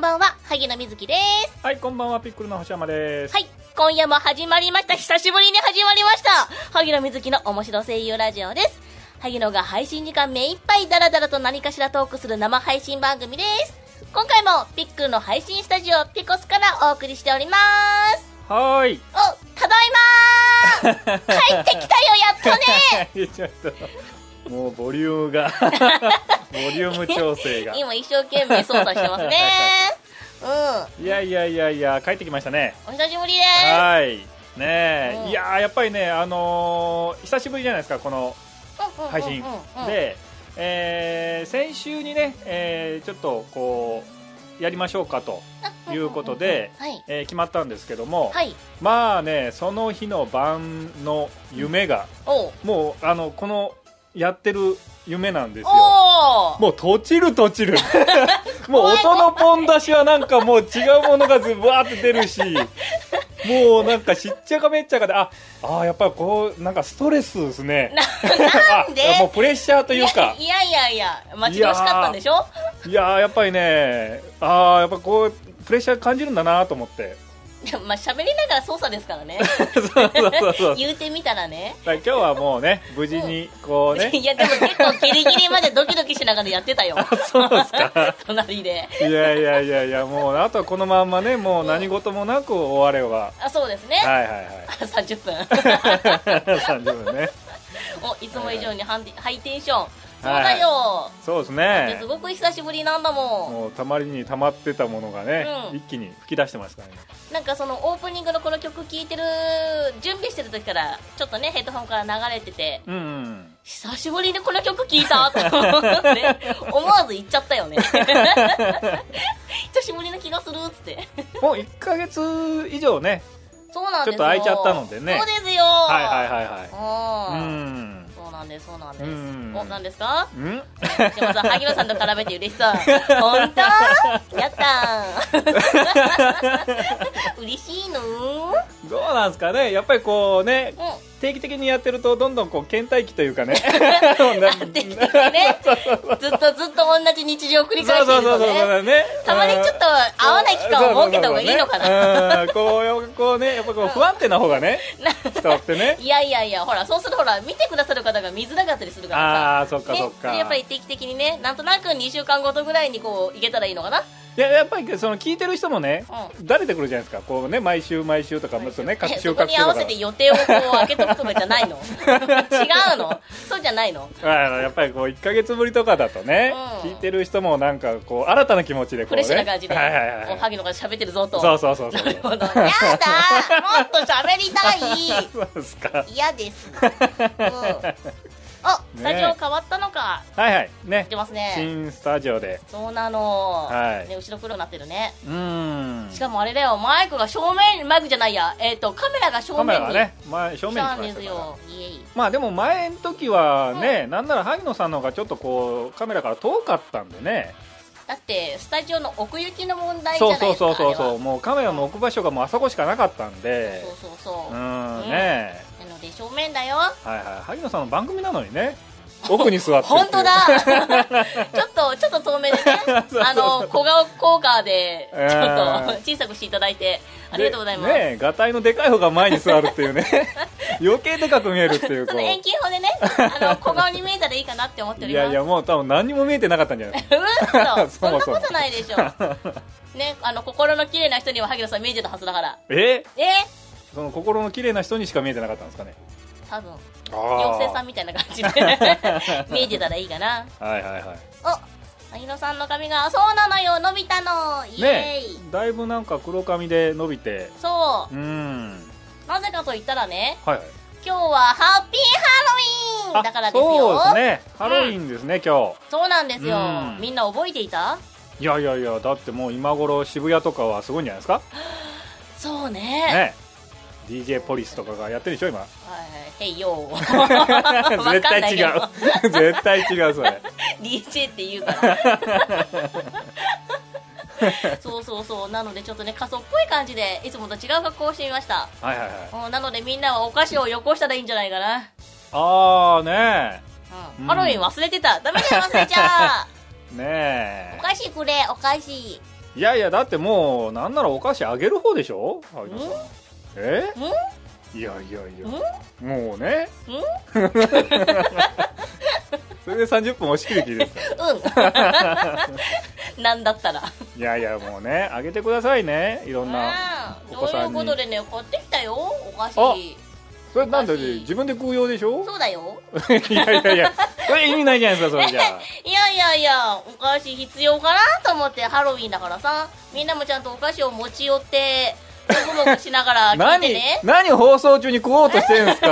萩野瑞希ですはい、こんばんは、ピックルの星山です。はい今夜も始まりました久しぶりに始まりました萩野瑞希の面白声優ラジオです萩野が配信時間目いっぱいダラダラと何かしらトークする生配信番組です今回もピックルの配信スタジオピコスからお送りしておりますはーい。おただいま ー帰ってきたよやっとねちょっと、もうボリューム が、ボリューム調整が。今一生懸命操作して ますねいやいやいやいや、帰ってきましたね。うんお久しぶりではーい。ねうんえ、いやー、やっぱりね、あのー久しぶりじゃないですか、このす配信うんうんうんうんで、えー先週にね、えーちょっとこうやりましょうかと、あいうことでうんうんうんえー決まったんですけども、はい、はい、まあねその日の晩の夢が、おうもうあのこのやってる夢なんですよおもうとちると ちるもう音のポン出しはなんかもう違うものがずわーって出るしもうなんかしっちゃかめっちゃかでああーやっぱりこうなんかストレスですねなんであもうプレッシャーというかいやいやいやいや待ち遠しかったんでしょいやーやっぱりねあーやっぱこうプレッシャー感じるんだなと思ってい やまあ喋りながら操作ですからねそうそうそうそうだか言うてみたらねら今日はもうね無事にこうね いやでも結構ギリギリまでドキドキしながらやってた よそうですか隣でいやいやいやいやもうあとはこのまんまねもう何事もなく終われば、あそうですね、はいはいはい30分 30分ね おいつも以上にハンディハイテンションそうだよ、そうですいやねすごく久しぶりなんだもんもうたまりにたまってたものがね、うん一気に吹き出してますからねなんかそのオープニングのこの曲聴いてる準備してる時からちょっとねヘッドホンから流れててうんうん久しぶりにこの曲聴い たと思って思わず言っちゃったよね 久しぶりな気がするっつってもう1か月以上ねそうなんですよちょっと空いちゃったのでねそうですよはいははいはいはいうんそうなんですそうなんですうんお何ですかうんすいません萩野さんと絡めて嬉し そう本当やったー 嬉しいのうんどうなんですかねやっぱりこうね定期的にやってるとどんどんこう倦怠期というかね 定期的にねずっとずっと同じ日常を繰り返そうしてそるうそうとねそうねたまにちょっと合わない期間を設けた方がいいのかななうんこうこうねやっぱこう不安定な方がね伝わってね いやいやいやほらそうするとほら見てくださる方が見づらかったりするからああーそっさかねそっか、やっぱり定期的にねなんとなく2週間ごとぐらいにこういけたらいいのかないややっぱりその聞いてる人もね、慣れてくるじゃないですかこうね毎週毎週とかもっとね 各えそ週こ各に週合とわかせて予定をこう開けとくとかじゃない の違うのそうじゃないのあのやっぱりこう1か月ぶりとかだとね、うん聞いてる人もなんかこう新たな気持ちでフこう、レね、ッシュな感じで、はいはいはいおはぎのが喋ってるぞとそうそうそうそうなるほどやだーもっと喋りたいそうですか嫌です、うん、あスタジオ変わったのかはいはいね出ますね新スタジオでそうなの、はいね、後ろ黒になってるねうーんしかもあれだよマイクが正面にマイクじゃないやえっ、とカメラが正カメ面ラにがね前正正面に面来に来ましたたんですからよイエイまあでも前の時はね、なんなら萩野さんの方がちょっとこうカメラから遠かったんでねだってスタジオの奥行きの問題じゃそうないそでうすかそうそうあれそうはもうカメラの置く場所がもうあそこしかなかったんでそうそうそうう、んうんねなので正面だ よはいはい萩野さんの番組なのにね奥に座ってる本っていう当 だちょっとちょっと遠目でねあの小顔効果でちょっとうん小さくしていただいてでありがとうございます、ねえがたいのでかい方が前に座るってい うね余計でかく見えるっていうそこの遠う近法で ねあの小顔に見えたらいいかなって思っておいりますやいやもう多分何にも見えてなかったんじゃないうっそ そそんなもそもことないでしょねあの心の綺麗な人には萩野さん見えてたはずだからええその心の綺麗な人にしか見えてなかったんですかね多分あ妖精 さんみたいな感 じで見えてたらいいかなあはいはいはいお萩野さんの髪がそうなのよ伸びたのイエねーイ、だいぶなんか黒髪で伸びてそうーんうなぜかと言ったらねはいはい今日はハッピーハロウィーンだからですよそうですねハロウィンですね、今そうなんですようんみんな覚えていた日いやいやいやだってもう今頃渋谷とかはすごいんじゃないですかそうねね DJ ポリスとかがやってるでし ょ今はいはいへいよー わ絶かんな対い違けどう 絶対違うそれ DJ って言うから そうそうそうなのでちょっとね仮装っぽい感じでいつもと違う格好をしてみましたはいはいはいうんなのでみんなはお菓子をよこしたらいいんじゃないかな、ああねう、うんんハ ロウィン忘れてたダメだよ忘れちゃうえねおえ菓子くれお菓子いやいやだってもうなんならお菓子あげる方でしょ萩野さんえんいやいやいやもうね それで30分押し切る気ですか うんなんだったらいやいやもうねあげてくださいねいろんなうんお子そうさんいうにことでね買ってきたよお菓あ子それなんでお菓子自分で食う用でしょそうだよ いやいやいやそれ意味ないじゃないですかそれじゃあいやいやいやお菓子必要かなと思ってハロウィンだからさみんなもちゃんとお菓子を持ち寄ってもぐもぐしながら聞いて 何ね何放送中に食おうとしてるんです か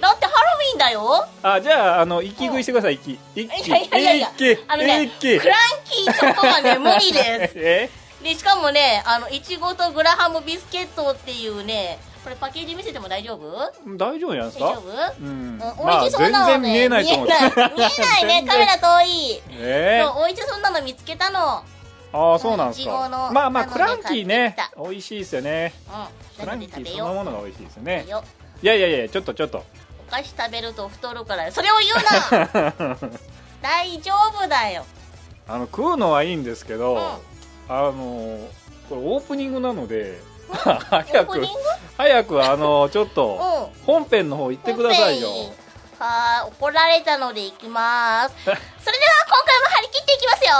だってハロウィンだよあじゃああの息食いしてください息息息いやいやいやいやあのねク息ランキーチョコはね無理です えでしかもねあのいちごとグラハムビスケットっていうねこれパッケージ見せても大丈夫大丈夫じゃないです大か丈夫ううんんおいしそうなのね、全然見えないと思う見えない見えないねカメラ遠いえそうおいしそうなの見つけたのー、ああそうなんですいちごかのまあまああのクランキーね買って美味しいですよねうクんなラのンでキ食ーべそのよものが美味しいでうすよ食ねべよういやいやいやちょっとちょっとお菓子食べると太るからそれを言うな 大丈夫だよあの食うのはいいんですけど、うんあのーこれオープニングなので 早オープくニン早くあのーちょっグとうん本編の方行ってくださいよ本編はーい怒られたので行きまーすそれでは今回も張り切っていきますよ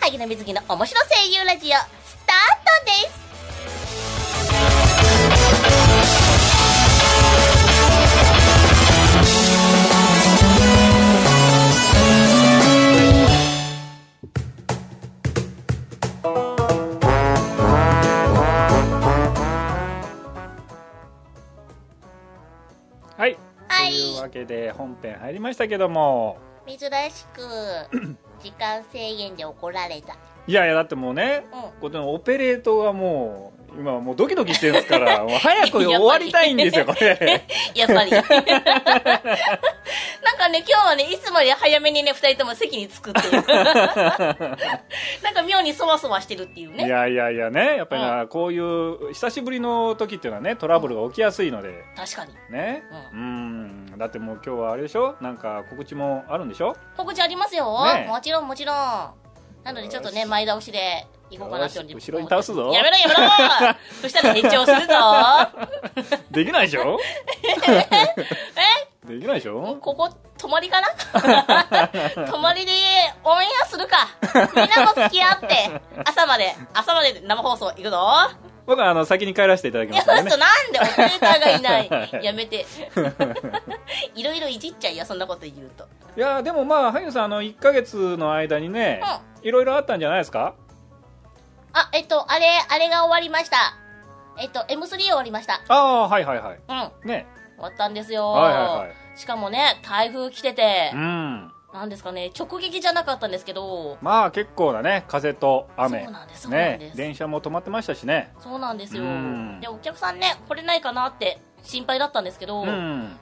萩野瑞希の面白声優ラジオスタートですはい、はいというわけで本編入りましたけども珍しく 時間制限で怒られたいやいやだってもうねうんこのオペレートがもう今はもうドキドキしてるんですから もう早く終わりたいんですよこれやっぱり なんかね今日はねいつもより早めにね二人とも席に着くっ ていうなんか妙にそわそわしてるっていう いねやいやいやねやっぱりなこういう久しぶりの時っていうのはねトラブルが起きやすいので確かにねうんだってもう今日はあれでしょなんか告知もあるんでしょ告知ありますよ、ねえもちろんもちろんなのでちょっとねよし前倒しで行こうかなって思ってよし後ろに倒すぞやめろやめ ろそしたら延長するぞできないでしょえできないでしょここ泊まりかな 泊まりでオンエアするかみんなも付き合って朝まで朝まで生放送行くぞ僕はあの先に帰らせていただきいまやすからそうねなんでオペレーターがいないやめて いろいろいじっちゃいやそんなこと言うといやでもまあ萩野さんあの1か月の間にねいろいろあったんじゃないですかあえっとあれあれが終わりましたえっと M3 終わりましたああはいはいはいうんね終わったんですよ、はいはいはいしかもね台風来ててうんなんですかね直撃じゃなかったんですけどまあ結構なね風と雨そうなんですそうなんでねす電車も止まってましたしねそうなんですようんでお客さんね来れないかなって心配だったんですけど、うんなん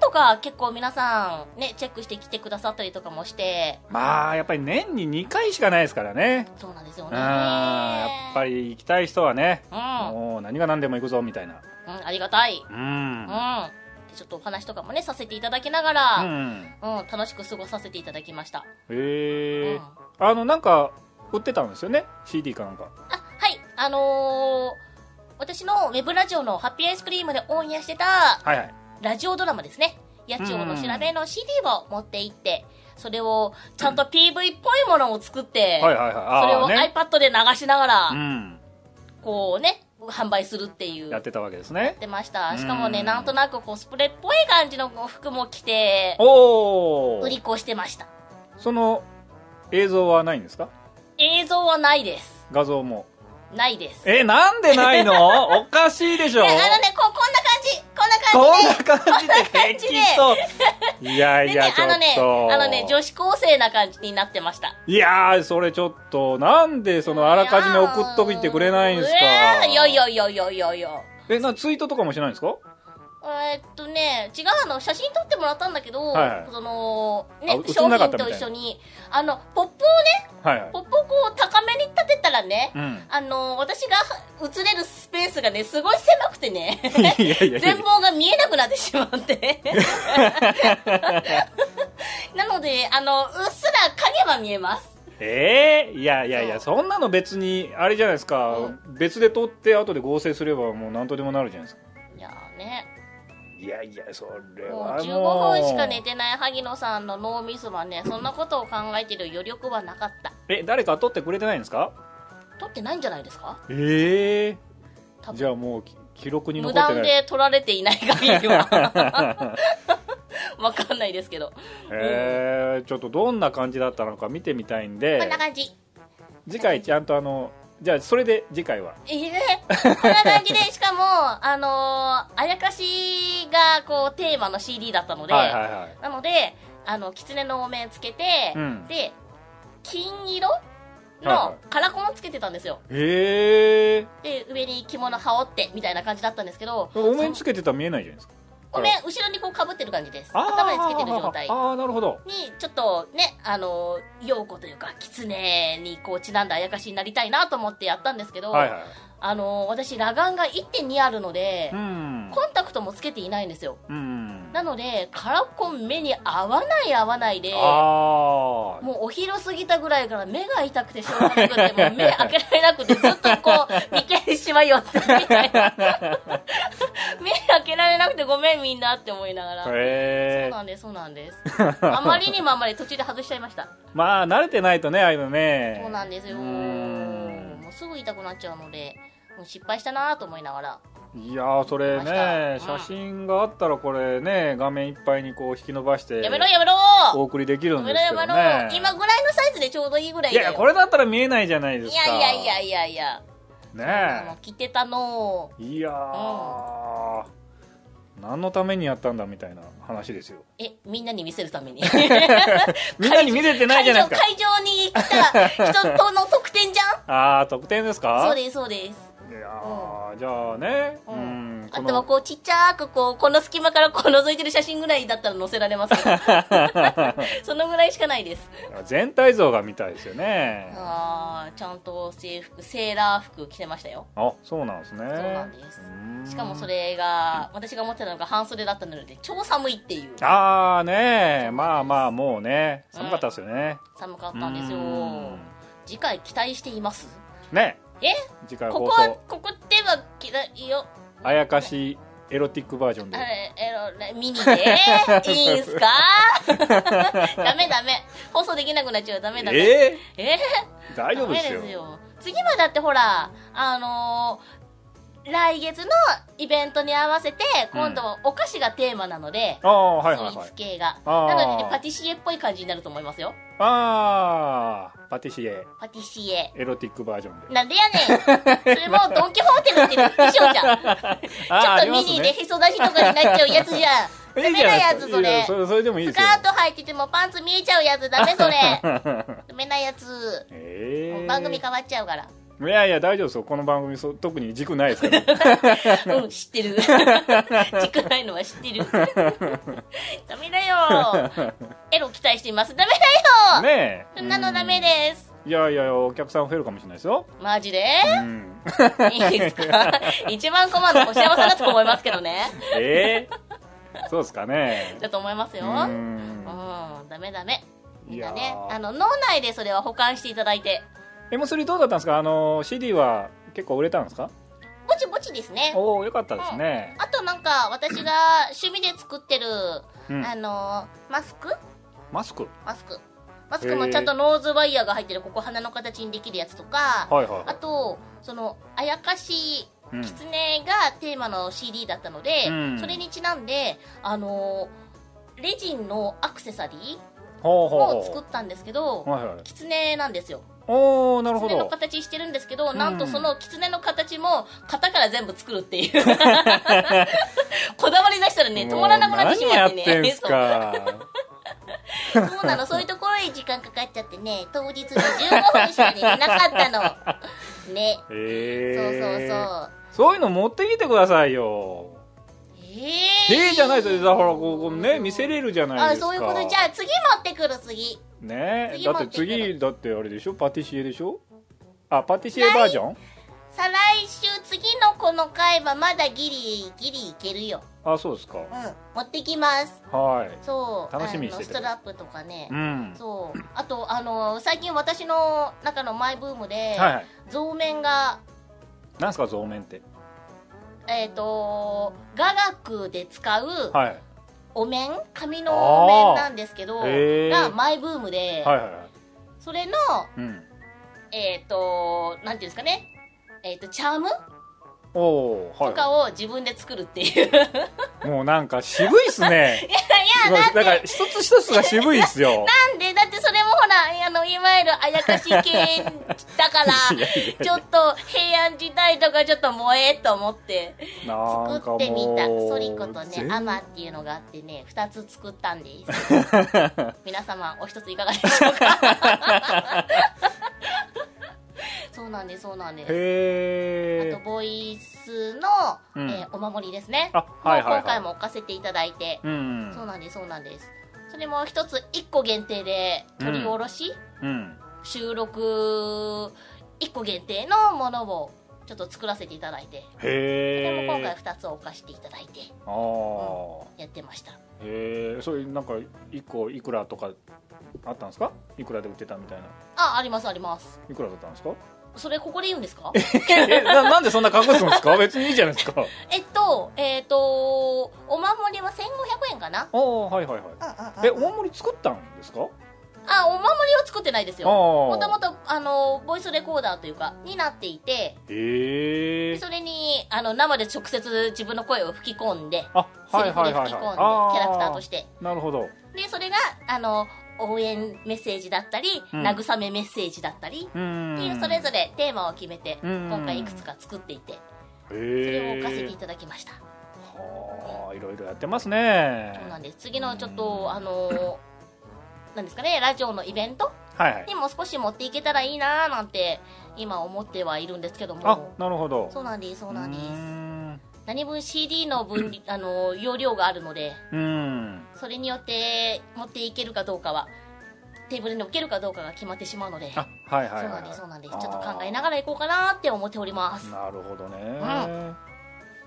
とか結構皆さんねチェックして来てくださったりとかもしてまあやっぱり年に2回しかないですからねそうなんですようんねやっぱり行きたい人はねうん、もう何が何でも行くぞみたいなうん、ありがたいううんんでちょっとお話とかもねさせていただきながうら、んうん楽しく過ごさせていただきました、へうえんあのなんか売ってたんですよね CD かなんかあ、はい、あのー私のウェブラジオのハッピーアイスクリームでオンエアしてたはいはいラジオドラマですね。野鳥の調べの CD を持って行って、それをちゃんと PV っぽいものを作って、はいはいはいそれあをあね iPad で流しながら、うんこうね、販売するっていう。ややっってたわけですねてました。しかもね、うんなんとなくコスプレっぽい感じの服も着て、おお売り子してました。その映像はないんですか映像はないです。画像もないです。えなんでない のおかしいでしでょあのね、こ、こんな感じこんなこ感んじでな感じで平気といやでいねやちょっあとのね、あのね、女子高生な感じになってました。いやーそれちょっとなんでそのあらかじめ送っといてくれないんですかいやいやいやいやいやいや。えなツイートとかもしないんですかえーっとね、違うの、写真撮ってもらったんだけど、はいはいその、あね映、商んなかっ品たとみたいな一緒に、あの、ポップをね、はいはいポップをこう高めに立てたらね、うんあの、私が映れるスペースがね、すごい狭くてね、 いやいやいや全貌が見えなくなってしま って。なので、あの、うっすら影は見えます。ええいやいやいやそそんなの別にあれじゃないですか、うん別で取って後で合成すればもう何とでもなるじゃないですかいやーねいやいやそれもうはもう15分しか寝てない萩野さんの脳みそはねそんなことを考えてる余力はなかったえ誰か取ってくれてないんですか取ってないんじゃないですかええ多分じゃあもうき記録に残無ってな断でい取られていない限りは わかんないですけど、えーちょっとどんな感じだったのか見てみたいんでこんな感じ次回ちゃんとあのじゃあそれで次回はええこんな感じ で、しかも、あのーあやかしが、こう、テーマの CD だったので、はいはいはいなので、あの、狐のお面つけて、うんで、金色はいはのカラコンをつけてたんですよ。ええで、上に着物羽織って、みたいな感じだったんですけど、お面つけてたら見えないじゃないですかお面、後ろにこう被ってる感じです。あー頭につけてる状態。ああなるほどに、ちょっとね、あのー、陽子というか、狐にこう、ちなんだあやかしになりたいなと思ってやったんですけど、はいはいあのー私、裸眼が1.2あるので、うんコンタクトもつけていないんですようんなのでカラコン目に合わない合わないであもうお昼過ぎたぐらいから目が痛くてしょうがなくてもう目開けられなくてずっとこう眉間にしまよってみたい な目開けられなくてごめんみんなって思いながあらそうへえなんですそうなんですあまりにもあんまり途中で外しちゃいましたまあ慣れてないとねああいうのねそうなんですようーんもうすぐ痛くなっちゃうのでもう失敗したなと思いながらいやーそれね見ましたうん写真があったらこれね画面いっぱいにこう引き伸ばしてやめろやめろお送りできるやんめでろすやけめどろね今ぐらいのサイズでちょうどいいぐらいいだやよいやこれだったら見えないじゃないですいかやいやいやいやいや、もねう来てたのえいやー何のためにやったんだみたいな話ですよえみんなに見せるた めにみんなに見れてな会いじゃない場ですか会場に来た人との得点じあ あ得点ですゃんかそうですそうですいやーじゃあねううんんあことはのこうちっちゃくこうこの隙間からこう覗いてる写真ぐらいだったら載せられ ますけどそのぐらいしかないです全体像が見たいですよねあーちゃんと制服セーラー服着てましたよあそうなんですねそうそうなんですんしかもそれが私が持ってたのが半袖だったので超寒いっていうああねえまあまあもうね寒かったですよね寒かったんですようん次回期待していますねえ次回こ放こは送ここでは嫌いよあやかしエロティックバージョンあでれエロねミニ でいいんすか ダメダメ放送できなくなっちゃうダメダメえええー大丈夫ですダよメ次はだってほらあのー来月のイベントに合わせて今度はお菓子がテーマなので、ああはいはいスイーはいツ系があーなので、ね、パティシエっぽい感じになると思いますよああパティシエパティシエエロティックバージョンでなんでや ねんそれもうドン・キホーテのってる衣装じゃんああちょっとミニでへそ出しとかになっちゃうやつ じゃんダダメなやつそれそれそれでもいいでスすカよート履いててもパンツ見えちゃうやつダメ それダメなやつええ番組変わっちゃう から、いやいや大丈夫ですよこの番組そう特に軸ないですからうん知って るちくないのは知ってるダメだよエロ期待していますダメだよ、ねえそんなのダメですいやいやお客さん増えるかもしれないですよ、マ ジでうん、いいですか一番困るのお幸せだと思いますけどねええそうですかねだと思いますよううんんダメダメみんないねやーあの脳内でそれは保管していただいて M3 どうだったんですかあの CD は結構売れたんですかぼちぼちですねおおよかったですね、あとなんか私が趣味で作ってる、うんあのーマスクマスクマスクマスクもちゃんとノーズワイヤーが入ってるここ鼻の形にできるやつとか、はいはいはあいとそのあやかしうん狐がテーマの CD だったので、うんそれにちなんであのーレジンのアクセサリーほうほうを作ほったんですけど、うはいはい狐なんですよおおなるほ狐のど形してるんですけど、うんなんとその狐の形も型から全部作るっていう こだわり出したらね止まらなくなってしまってもう何やってねんす かそうそうなのそういうところに時間かかっちゃってね当日の15分しかね寝なかったのね、ええそうそうそうそうそういうの持ってきてくださいよえええじゃないですよだからここね見せるれるじゃないあですかそういうことじゃあ次持ってくる次ねえ次だ持っっててくる次だってあれでしょパティシエでしょあパティシエバージョン再来週次のこの回はまだギリギリいけるよあそうですかうん持ってきますはいそう楽しみにしてあのてストラップとかね、うんそうあとあの最近私の中のマイブームで、はいはい造面がなんすか造面ってえっ、と雅楽で使うはいお面紙のお面なんですけどあーへーがマイブームで、はいはいはいそれのうんえっ、となんていうんですかねえっ、とチャームおおーとかはを自分で作るって いう、い、いもうなんか渋いっすねやだっなんてか一つ一つが渋いっす よなんでだってそれもほらあのいわゆるあやかし 系だからいやいやいやちょっと平安時代とかちょっと萌えと思ってなんか作もっうてみたソリコとね全アマっていうのがあってね2つ作ったんです 皆様お一ついかがでしょうか そうなんですそうなんですあへとえボイスの、うんえーお守りですねあはいはもういはい今回も置かせていただいて、うんそうなんですそうなんですそれも一つ1個限定で取り下ろし、うん収録1個限定のものをちょっと作らせていただいてそれへも今回え2つを置かせていただいてああやってましたへえそれなんか1個いくらとかあったんですかいくらで売ってたみたいなあありますありますいくらだったんですかそれここで言うんですかえななんでそんな隠すんで すか別にいいじゃないですかえっとえっとお守りは1500円かなああはいはいはいえお守り作ったんですかあお守りを作ってないですよもともああとあのボイスレコーダーというかになっていてへえそれにあの生で直接自分の声を吹き込んであセはリいフはでいはいはい吹き込んでキャラクターとしててなるほどでそれがあの応援メッセージだったり、うん慰めメッセージだったりうっていんうそれぞれテーマを決めて、うん今回いくつか作っていてそれをへ置かせていえただきました、はあいろいろやってますねそうなんです次うのんちょっとあのなんですかねラジオのイベントはいはいにも少し持っていけたらいいなーなんて今思ってはいるんですけどあもなるほどそうなんですそうなんですうん何分 CD の分離あの容量があるのでうんそれによって持っていけるかどうかはテーブルに置けるかどうかが決まってしまうのであはいはいはいそうなはいんです、そうなんです。ちょっと考えながら行こうかなって思っております。なるほどね、ん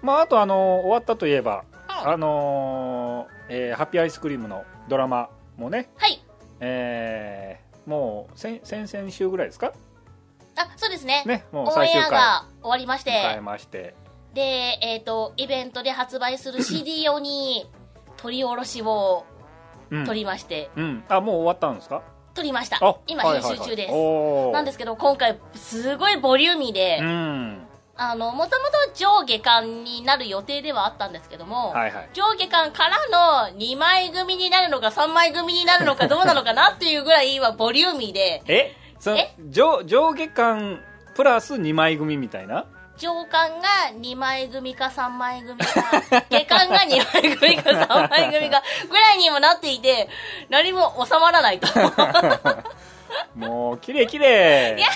まああとあの終わったといえば、うんあのーえーハッピーアイスクリームのドラマもね、はい。えーもう先先々週ぐらいですかあ、そうですね。ねもうオン最エ終ア回が終わりまして、迎えましてで、えっ、と、イベントで発売する CD 用に、取り下ろしをうん、取りまして、うん、あもう終わったんですか取りましたあ。今、はい編はいはい集中です。おーなんですけど、今回、すごいボリューミーで、うんあの、もともと上下巻になる予定ではあったんですけども、はいはい上下巻からの2枚組になるのか3枚組になるのかどうなのかなっていうぐらいはボリューミーで、えそのえ上上下巻プラス2枚組みたいな上巻が2枚組か3枚組か、下巻が2枚組か3枚組か、ぐらいにもなっていて、何も収まら ないと。やだもうきれいきれいや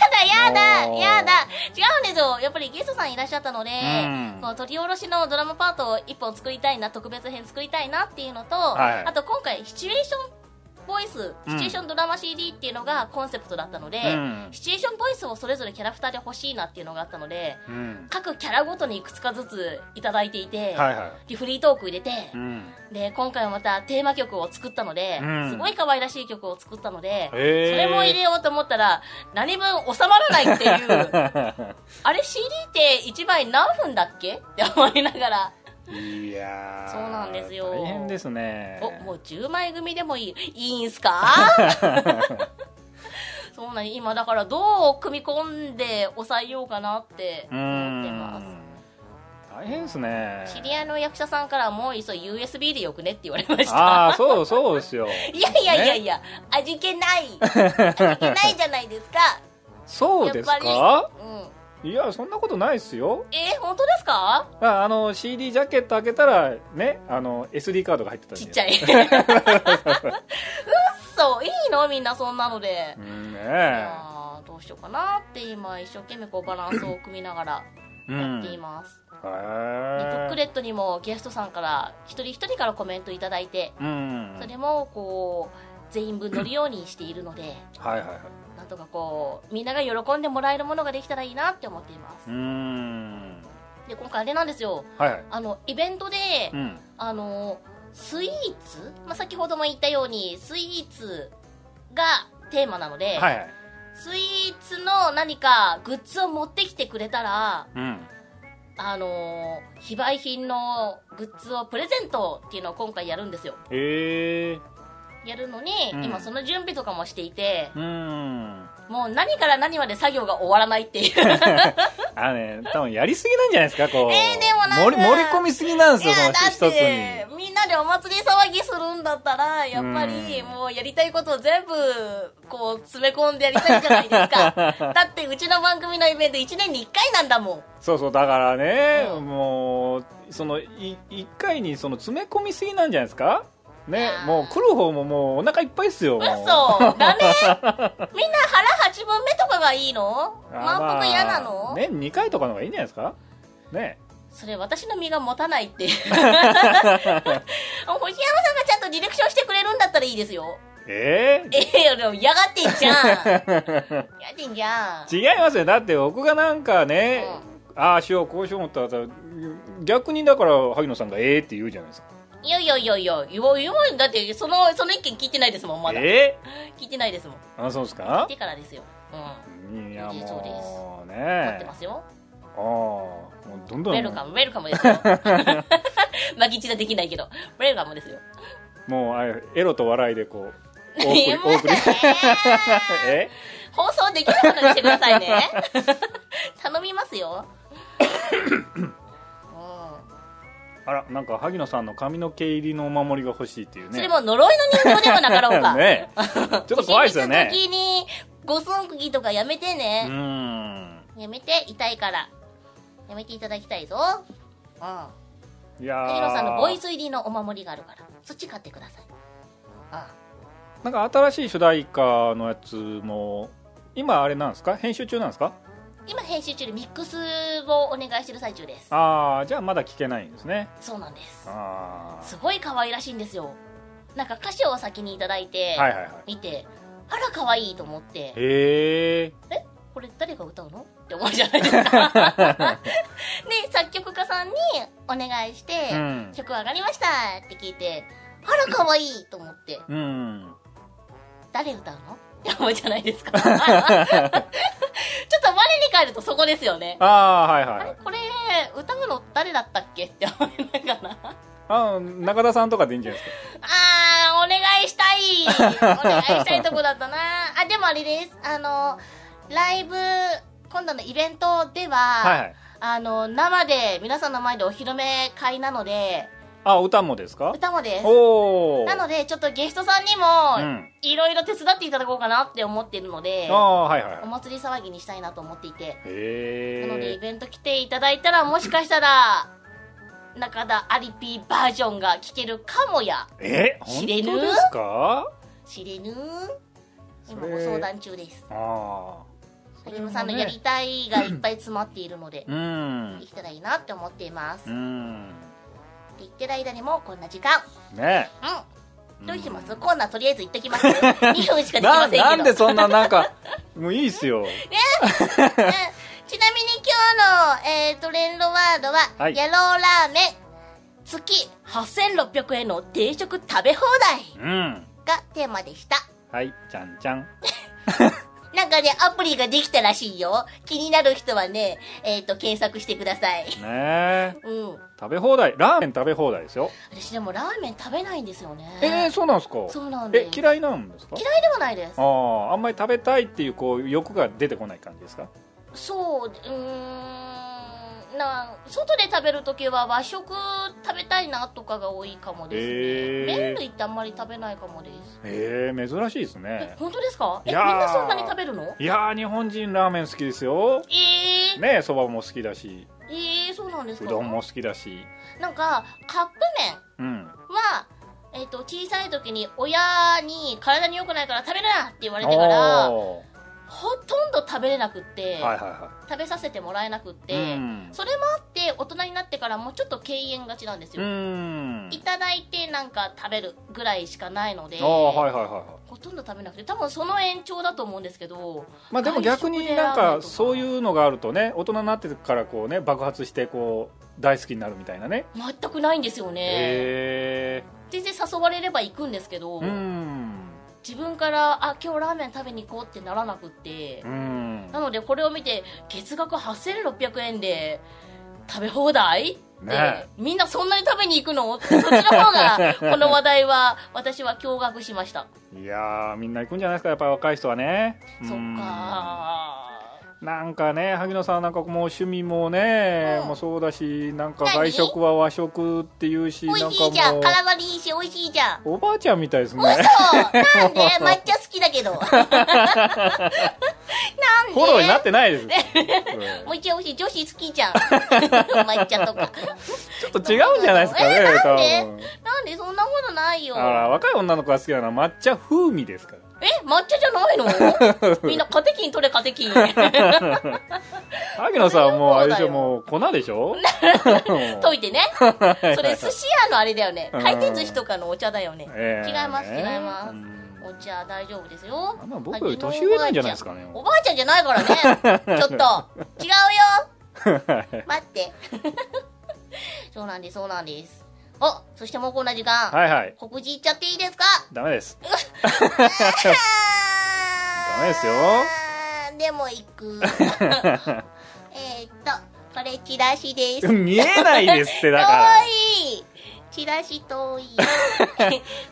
だおーやだ違うんですよ。やっぱりゲストさんいらっしゃったので、うんその取り下ろしのドラマパートを1本作りたいな、特別編作りたいなっていうのと、はいあと今回シチュエーションボイス、うシんチュエーションドラマ CD っていうのがコンセプトだったので、うんシチュエーションボイスをそれぞれキャラクターで欲しいなっていうのがあったので、うん各キャラごとにいくつかずついただいていて、はいはいでフリートーク入れて、うんで今回はまたテーマ曲を作ったので、うんすごい可愛らしい曲を作ったので、へーそれも入れようと思ったら何分収まらないっていう あれ CD って1枚何分だっけって思いながら、いやーそうなんですよ大変ですねおもう10枚組でもいいいいんす かそうなん今だからどう組み込んで抑えようかなってうー思ってますん大変ですね知り合いの役者さんからもういっそ USB でよくねって言われましたああそうそうですよ いやいやいやいや、味気ない味気ないじゃないですかそうですやっかうんいやそんなことないですよえー、本当ですかああの CD ジャケット開けたらねあの SD カードが入ってたんでちっ ちゃいうっそいいのみんなそんなのでう、んねいえやーどうしようかなって今一生懸命こうバランスを組みながらうやんっていへます、でブックえレットにもゲストさんから一人一人からコメントいただいてうんそれもこう全員分乗るようにしているので、はいはいはいなんとかこうみんなが喜んでもらえるものができたらいいなって思っていますうーんで今回あれなんですよはいはいあのイベントで、うんあのスイーツ、まあ、先ほども言ったようにスイーツがテーマなので、はいはいスイーツの何かグッズを持ってきてくれたらうんあの非売品のグッズをプレゼントっていうのを今回やるんですよええやるのに、うん今その準備とかもしていてうーんもう何から何まで作業が終わらないっていういやあのね多分やりすぎなんじゃないですかこう、えーでもなんか盛り盛り込みすぎなんですよそのだ一っつにてみんなでお祭り騒ぎするんだったらやっぱりうんもうやりたいことを全部こう詰め込んでやりたいじゃないです かだってうちの番組のイベント1年に1回なんだもんそうそうだからね、うんもうそのい一回にその詰め込みすぎなんじゃないですかねあーもう来る方ももうお腹いっぱいっすよもう嘘ダメみんな腹8分目とかがいいのあー満腹嫌なの、まあ年2回とかの方がいいんじゃないですかねそれ私の身が持たない って星山さんがちゃんとディレクションしてくれるんだったらいいですよえええよでも嫌がってんじ ゃん嫌ってんじゃんー、違いますよだって僕がなんかね、ああしようこうしよう思ったら逆にだから萩野さんがええって言うじゃないですか、いやいやいやいや言わ言わだってそのその意見聞いてないですもんまだえ聞いてないですもんー、あそうですか聞いてからですようんいやいいですそうですもうね待ってますよああもうどんウどんェルカムウェルカムです よマキチはできないけどウェルカムですよもうあれエロと笑いでこうお送いりやお送り え放送できるものにしてください ね頼みますようんあらなんか萩野さんの髪の毛入りのお守りが欲しいっていうねそれも呪いの人形ではなかろうか。ねちょっと怖いです よね腰水に五寸釘とかやめてうね。ーんやめて、痛いから。やめていただきたいぞ。うん。ヒいやーロさんのボイス入りのお守りがあるから、そっち買ってください。うなんか新しい主題歌のやつも今あれなんですか編集中なんですかん。今編集中でミックスをお願いしてる最中です。ああじゃあまだ聞けないんですねそうなんです。あすごい可愛らしいんですよ。なんか歌詞を先にいただいてあ、はいはいはい見て、あら可愛いと思って、へえこれ誰が歌うのって思うじゃないですか で作曲家さんにお願いしてう「ん曲上がりました」って聞いて「あら可愛いと思ってうん「誰歌うの?」って思うじゃないですかちょっと我に返るとそこですよねああはいはあいはれいこれ歌うの誰だったっけって思いながら あ中田さんとかでいいんじゃないですあーお願いしたいお願いしたいとこだったなあでもあれですあのライブ今度のイベントでは、かはいはいあの、生で、皆さんの前でお披露目会なので、あ歌もですか歌もです。おおなので、ちょっとゲストさんにうも、んいろいろ手伝っていただこうかなって思っているので、ああはいはいはいお祭り騒ぎにしたいなと思っていて、なので、イへえベント来ていただいたら、もしかしたら、中田アリピーバージョンが聞けるかもや、え本知れぬ当ですか知れぬそれ今ご相談中です。ああ萩野さんのやりたいがいっぱい詰まっているので、うんできたらいいなって思っています。うってん言ってる間にもうこんな時間。ねうん。どうしますコーナーとりあえず行ってき ます。2分しかできませなんけど。なんでそんななんかもういいっすようん ちなみに今日の、えー、トレンドワードは、はい野郎ラーメン、月8600円の定食食べ放題うんがテーマでした。はいちゃんちゃんなんかね、アプリができたらしいよ。気になる人はね、えっ、と、検索してください。ねえうん。食べ放題ラーメン食べ放題ですよ私でもラーメン食べないんですよね。えー、そうなんですかそうなんでえす。嫌い嫌いなんですかではないですあ。ああんまり食べたいっていうこう欲が出てこない感じですかそううーんな外で食べるときは和食食べたいなとかが多いかもですね、へー麺類ってあんまり食べないかもですええ珍しいですえね本当ですかえいみんやーなそんなに食べるのいやー日本人ラーメン好きですよえー、ねえそばも好きだしえー、そうなんですうかどんも好きだしなんかカップ麺うんはえっと小さい時に親に体に良くないから食べるなって言われてからおーほとんど食べれなくって、はいはいは食べさせてもらえなくっいて、うんそれもあって大人になってからもうちょっと敬遠がちなんですよ、うんいただいてなんか食べるぐらいしかないのでああはいはいはいはいほとんど食べなくて多分その延長だと思うんですけどまあでも逆になんかそういうのがあるとね大人になってからこうね爆発してこう大好きになるみたいなね全くないんですよねへえ全然誘われれば行くんですけど、うん自分からあ今日ラーメン食べに行こうってならなくってう、んなのでこれを見て月額8600円で食べ放題って、ねえみんなそんなに食べに行くのってそっちの方 がこの話題は私は驚愕しました、いやーみんな行くんじゃないですかやっぱり若い人はねそっかうんなんかね萩野さんなんかもう趣味もね、うんもうそうだしなんか何外食は和食っていうし美なん味かしいじゃもんう体にいいし美味しいじゃんおばあちゃんみたいですね嘘 なんで抹茶好きだけどなんでフォローになってない です、うんもう一応美味しい女子好きじ ゃん抹茶とかちょっと違うんじゃないですかね、えなんで多分なんでそんなことないよあら若い女の子が好きなのは抹茶風味ですからえ抹茶じゃないの みんなカテキン取れカテキン萩野さんはもうあれでしそょうだよもう粉で しょ 溶いてねそれ寿司屋のあれだよねうん回転寿司とかのお茶だよねええ違います違いますうんお茶大丈夫ですよあんま僕より年上なんじゃないですかねおばあちゃんじゃないから ねちょっと違うよ待って そうなんですそうなんですおそしてもうこんな時間、はいはい告示いっちゃっていいです かダメですダメですよ でも行 くえーっとこれチラシです遠い見えないですってだ かチラシ遠 い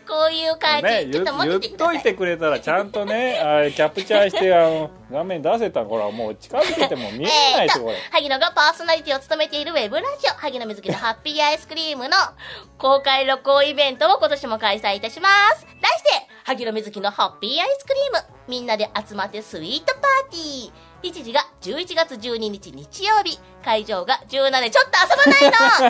こういう感らじ、ねちょ言っっと待ってて言くだっとさいいてくれたらちゃんとねあれキャプチャーしてあの画面出せたほらもう近づけても見えないです よこれ萩野がパーソナリティを務めているウェブラジオ、萩野瑞希のハッピーアイスクリームの公開録音イベントを今年も開催いたします。題して、萩野瑞希のハッピーアイスクリーム、みんなで集まってスイートパーティー。日時が11月12日日曜日、会場が17ちょっと遊ばないの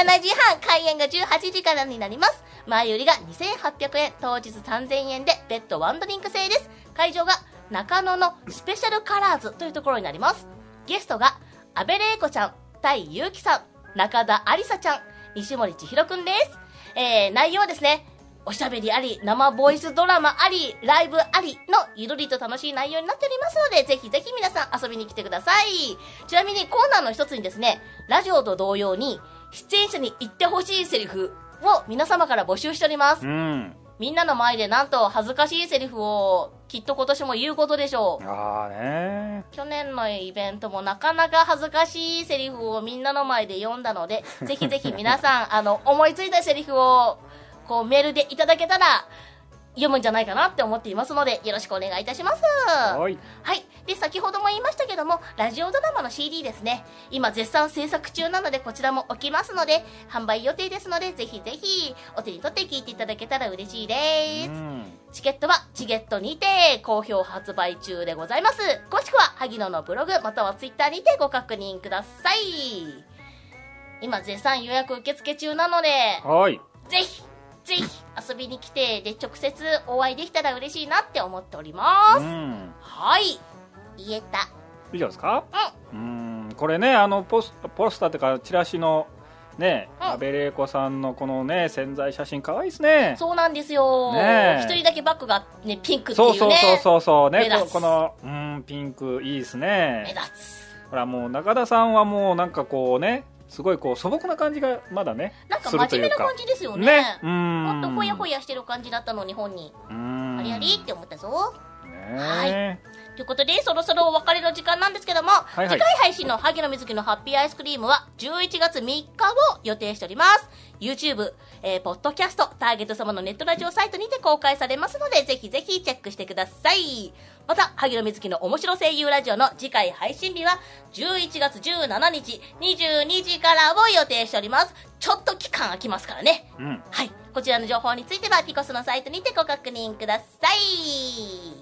!17 時半、開演が18時からになります。前売りが2800円、当日3000円で、別途ワンドリンク制です。会場が中野のスペシャルカラーズというところになります。ゲストが、安部玲子ちゃん、対ゆうきさん、中田ありさちゃん、西森千尋くんです。えー、内容はですね、おしゃべりあり、生ボイスドラマあり、ライブありのゆるりと楽しい内容になっておりますので、ぜひぜひ皆さん遊びに来てください。ちなみにコーナーの一つにですね、ラジオと同様に、出演者に言ってほしいセリフを皆様から募集しております。うんみんなの前でなんと恥ずかしいセリフをきっと今年も言うことでしょう。ああね去年のイベントもなかなか恥ずかしいセリフをみんなの前で読んだので、 ぜひぜひ皆さん、あの、思いついたセリフを、こう、メールでいただけたら、読むんじゃないかなって思っていますので、よろしくお願いいたします。はいはい。で、先ほども言いましたけども、ラジオドラマの CD ですね。今、絶賛制作中なので、こちらも置きますので、販売予定ですので、ぜひぜひ、お手に取って聞いていただけたら嬉しいですう。んチケットはチゲットにて好評発売中でございます。詳しくは萩野のブログまたはツイッターにてご確認ください。今絶賛予約受付中なので、はいぜひ、ぜひ遊びに来て、で、直接お会いできたら嬉しいなって思っておりまうす。んはい。言えた。以上ですかうんこれねあのポスポスターっていうかチラシのねうん安部玲子さんのこのね潜在写真かわいいですねそうなんですよ。ねえ一人だけバッグがね、ピンクっていうそね。うそうそうそうそうね目立こつこのうんピンクいいです目ね立つ。ほらもう中田さんはもうなんかこうねすごいこう素朴な感じがまだねなんかすると真い面う目なか感じですよね。ねうんほんとほやほややしてる感じだったのに本人。うんありありって思ったぞ。ねということで、そろそろお別れの時間なんですけども、いはい次回配信の萩野瑞希のハッピーアイスクリームは11月3日を予定しております。YouTube、えー、ポッドキャスト、ターゲット様のネットラジオサイトにて公開されますので、ぜひぜひチェックしてください。また、萩野瑞希の面白声優ラジオの次回配信日は11月17日22時からを予定しております。ちょっと期間空きますからね。うんはい。こちらの情報については、ピコスのサイトにてご確認ください。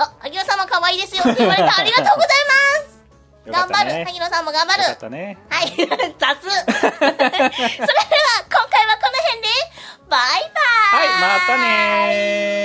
あ、萩野さんも可愛いです よって言われた。ありがとうございます。よか頑った張ねる。萩野さんも頑張るよ。かったねはい。 雑。それでは、今回はこの辺で、バイバイ。はいまたねー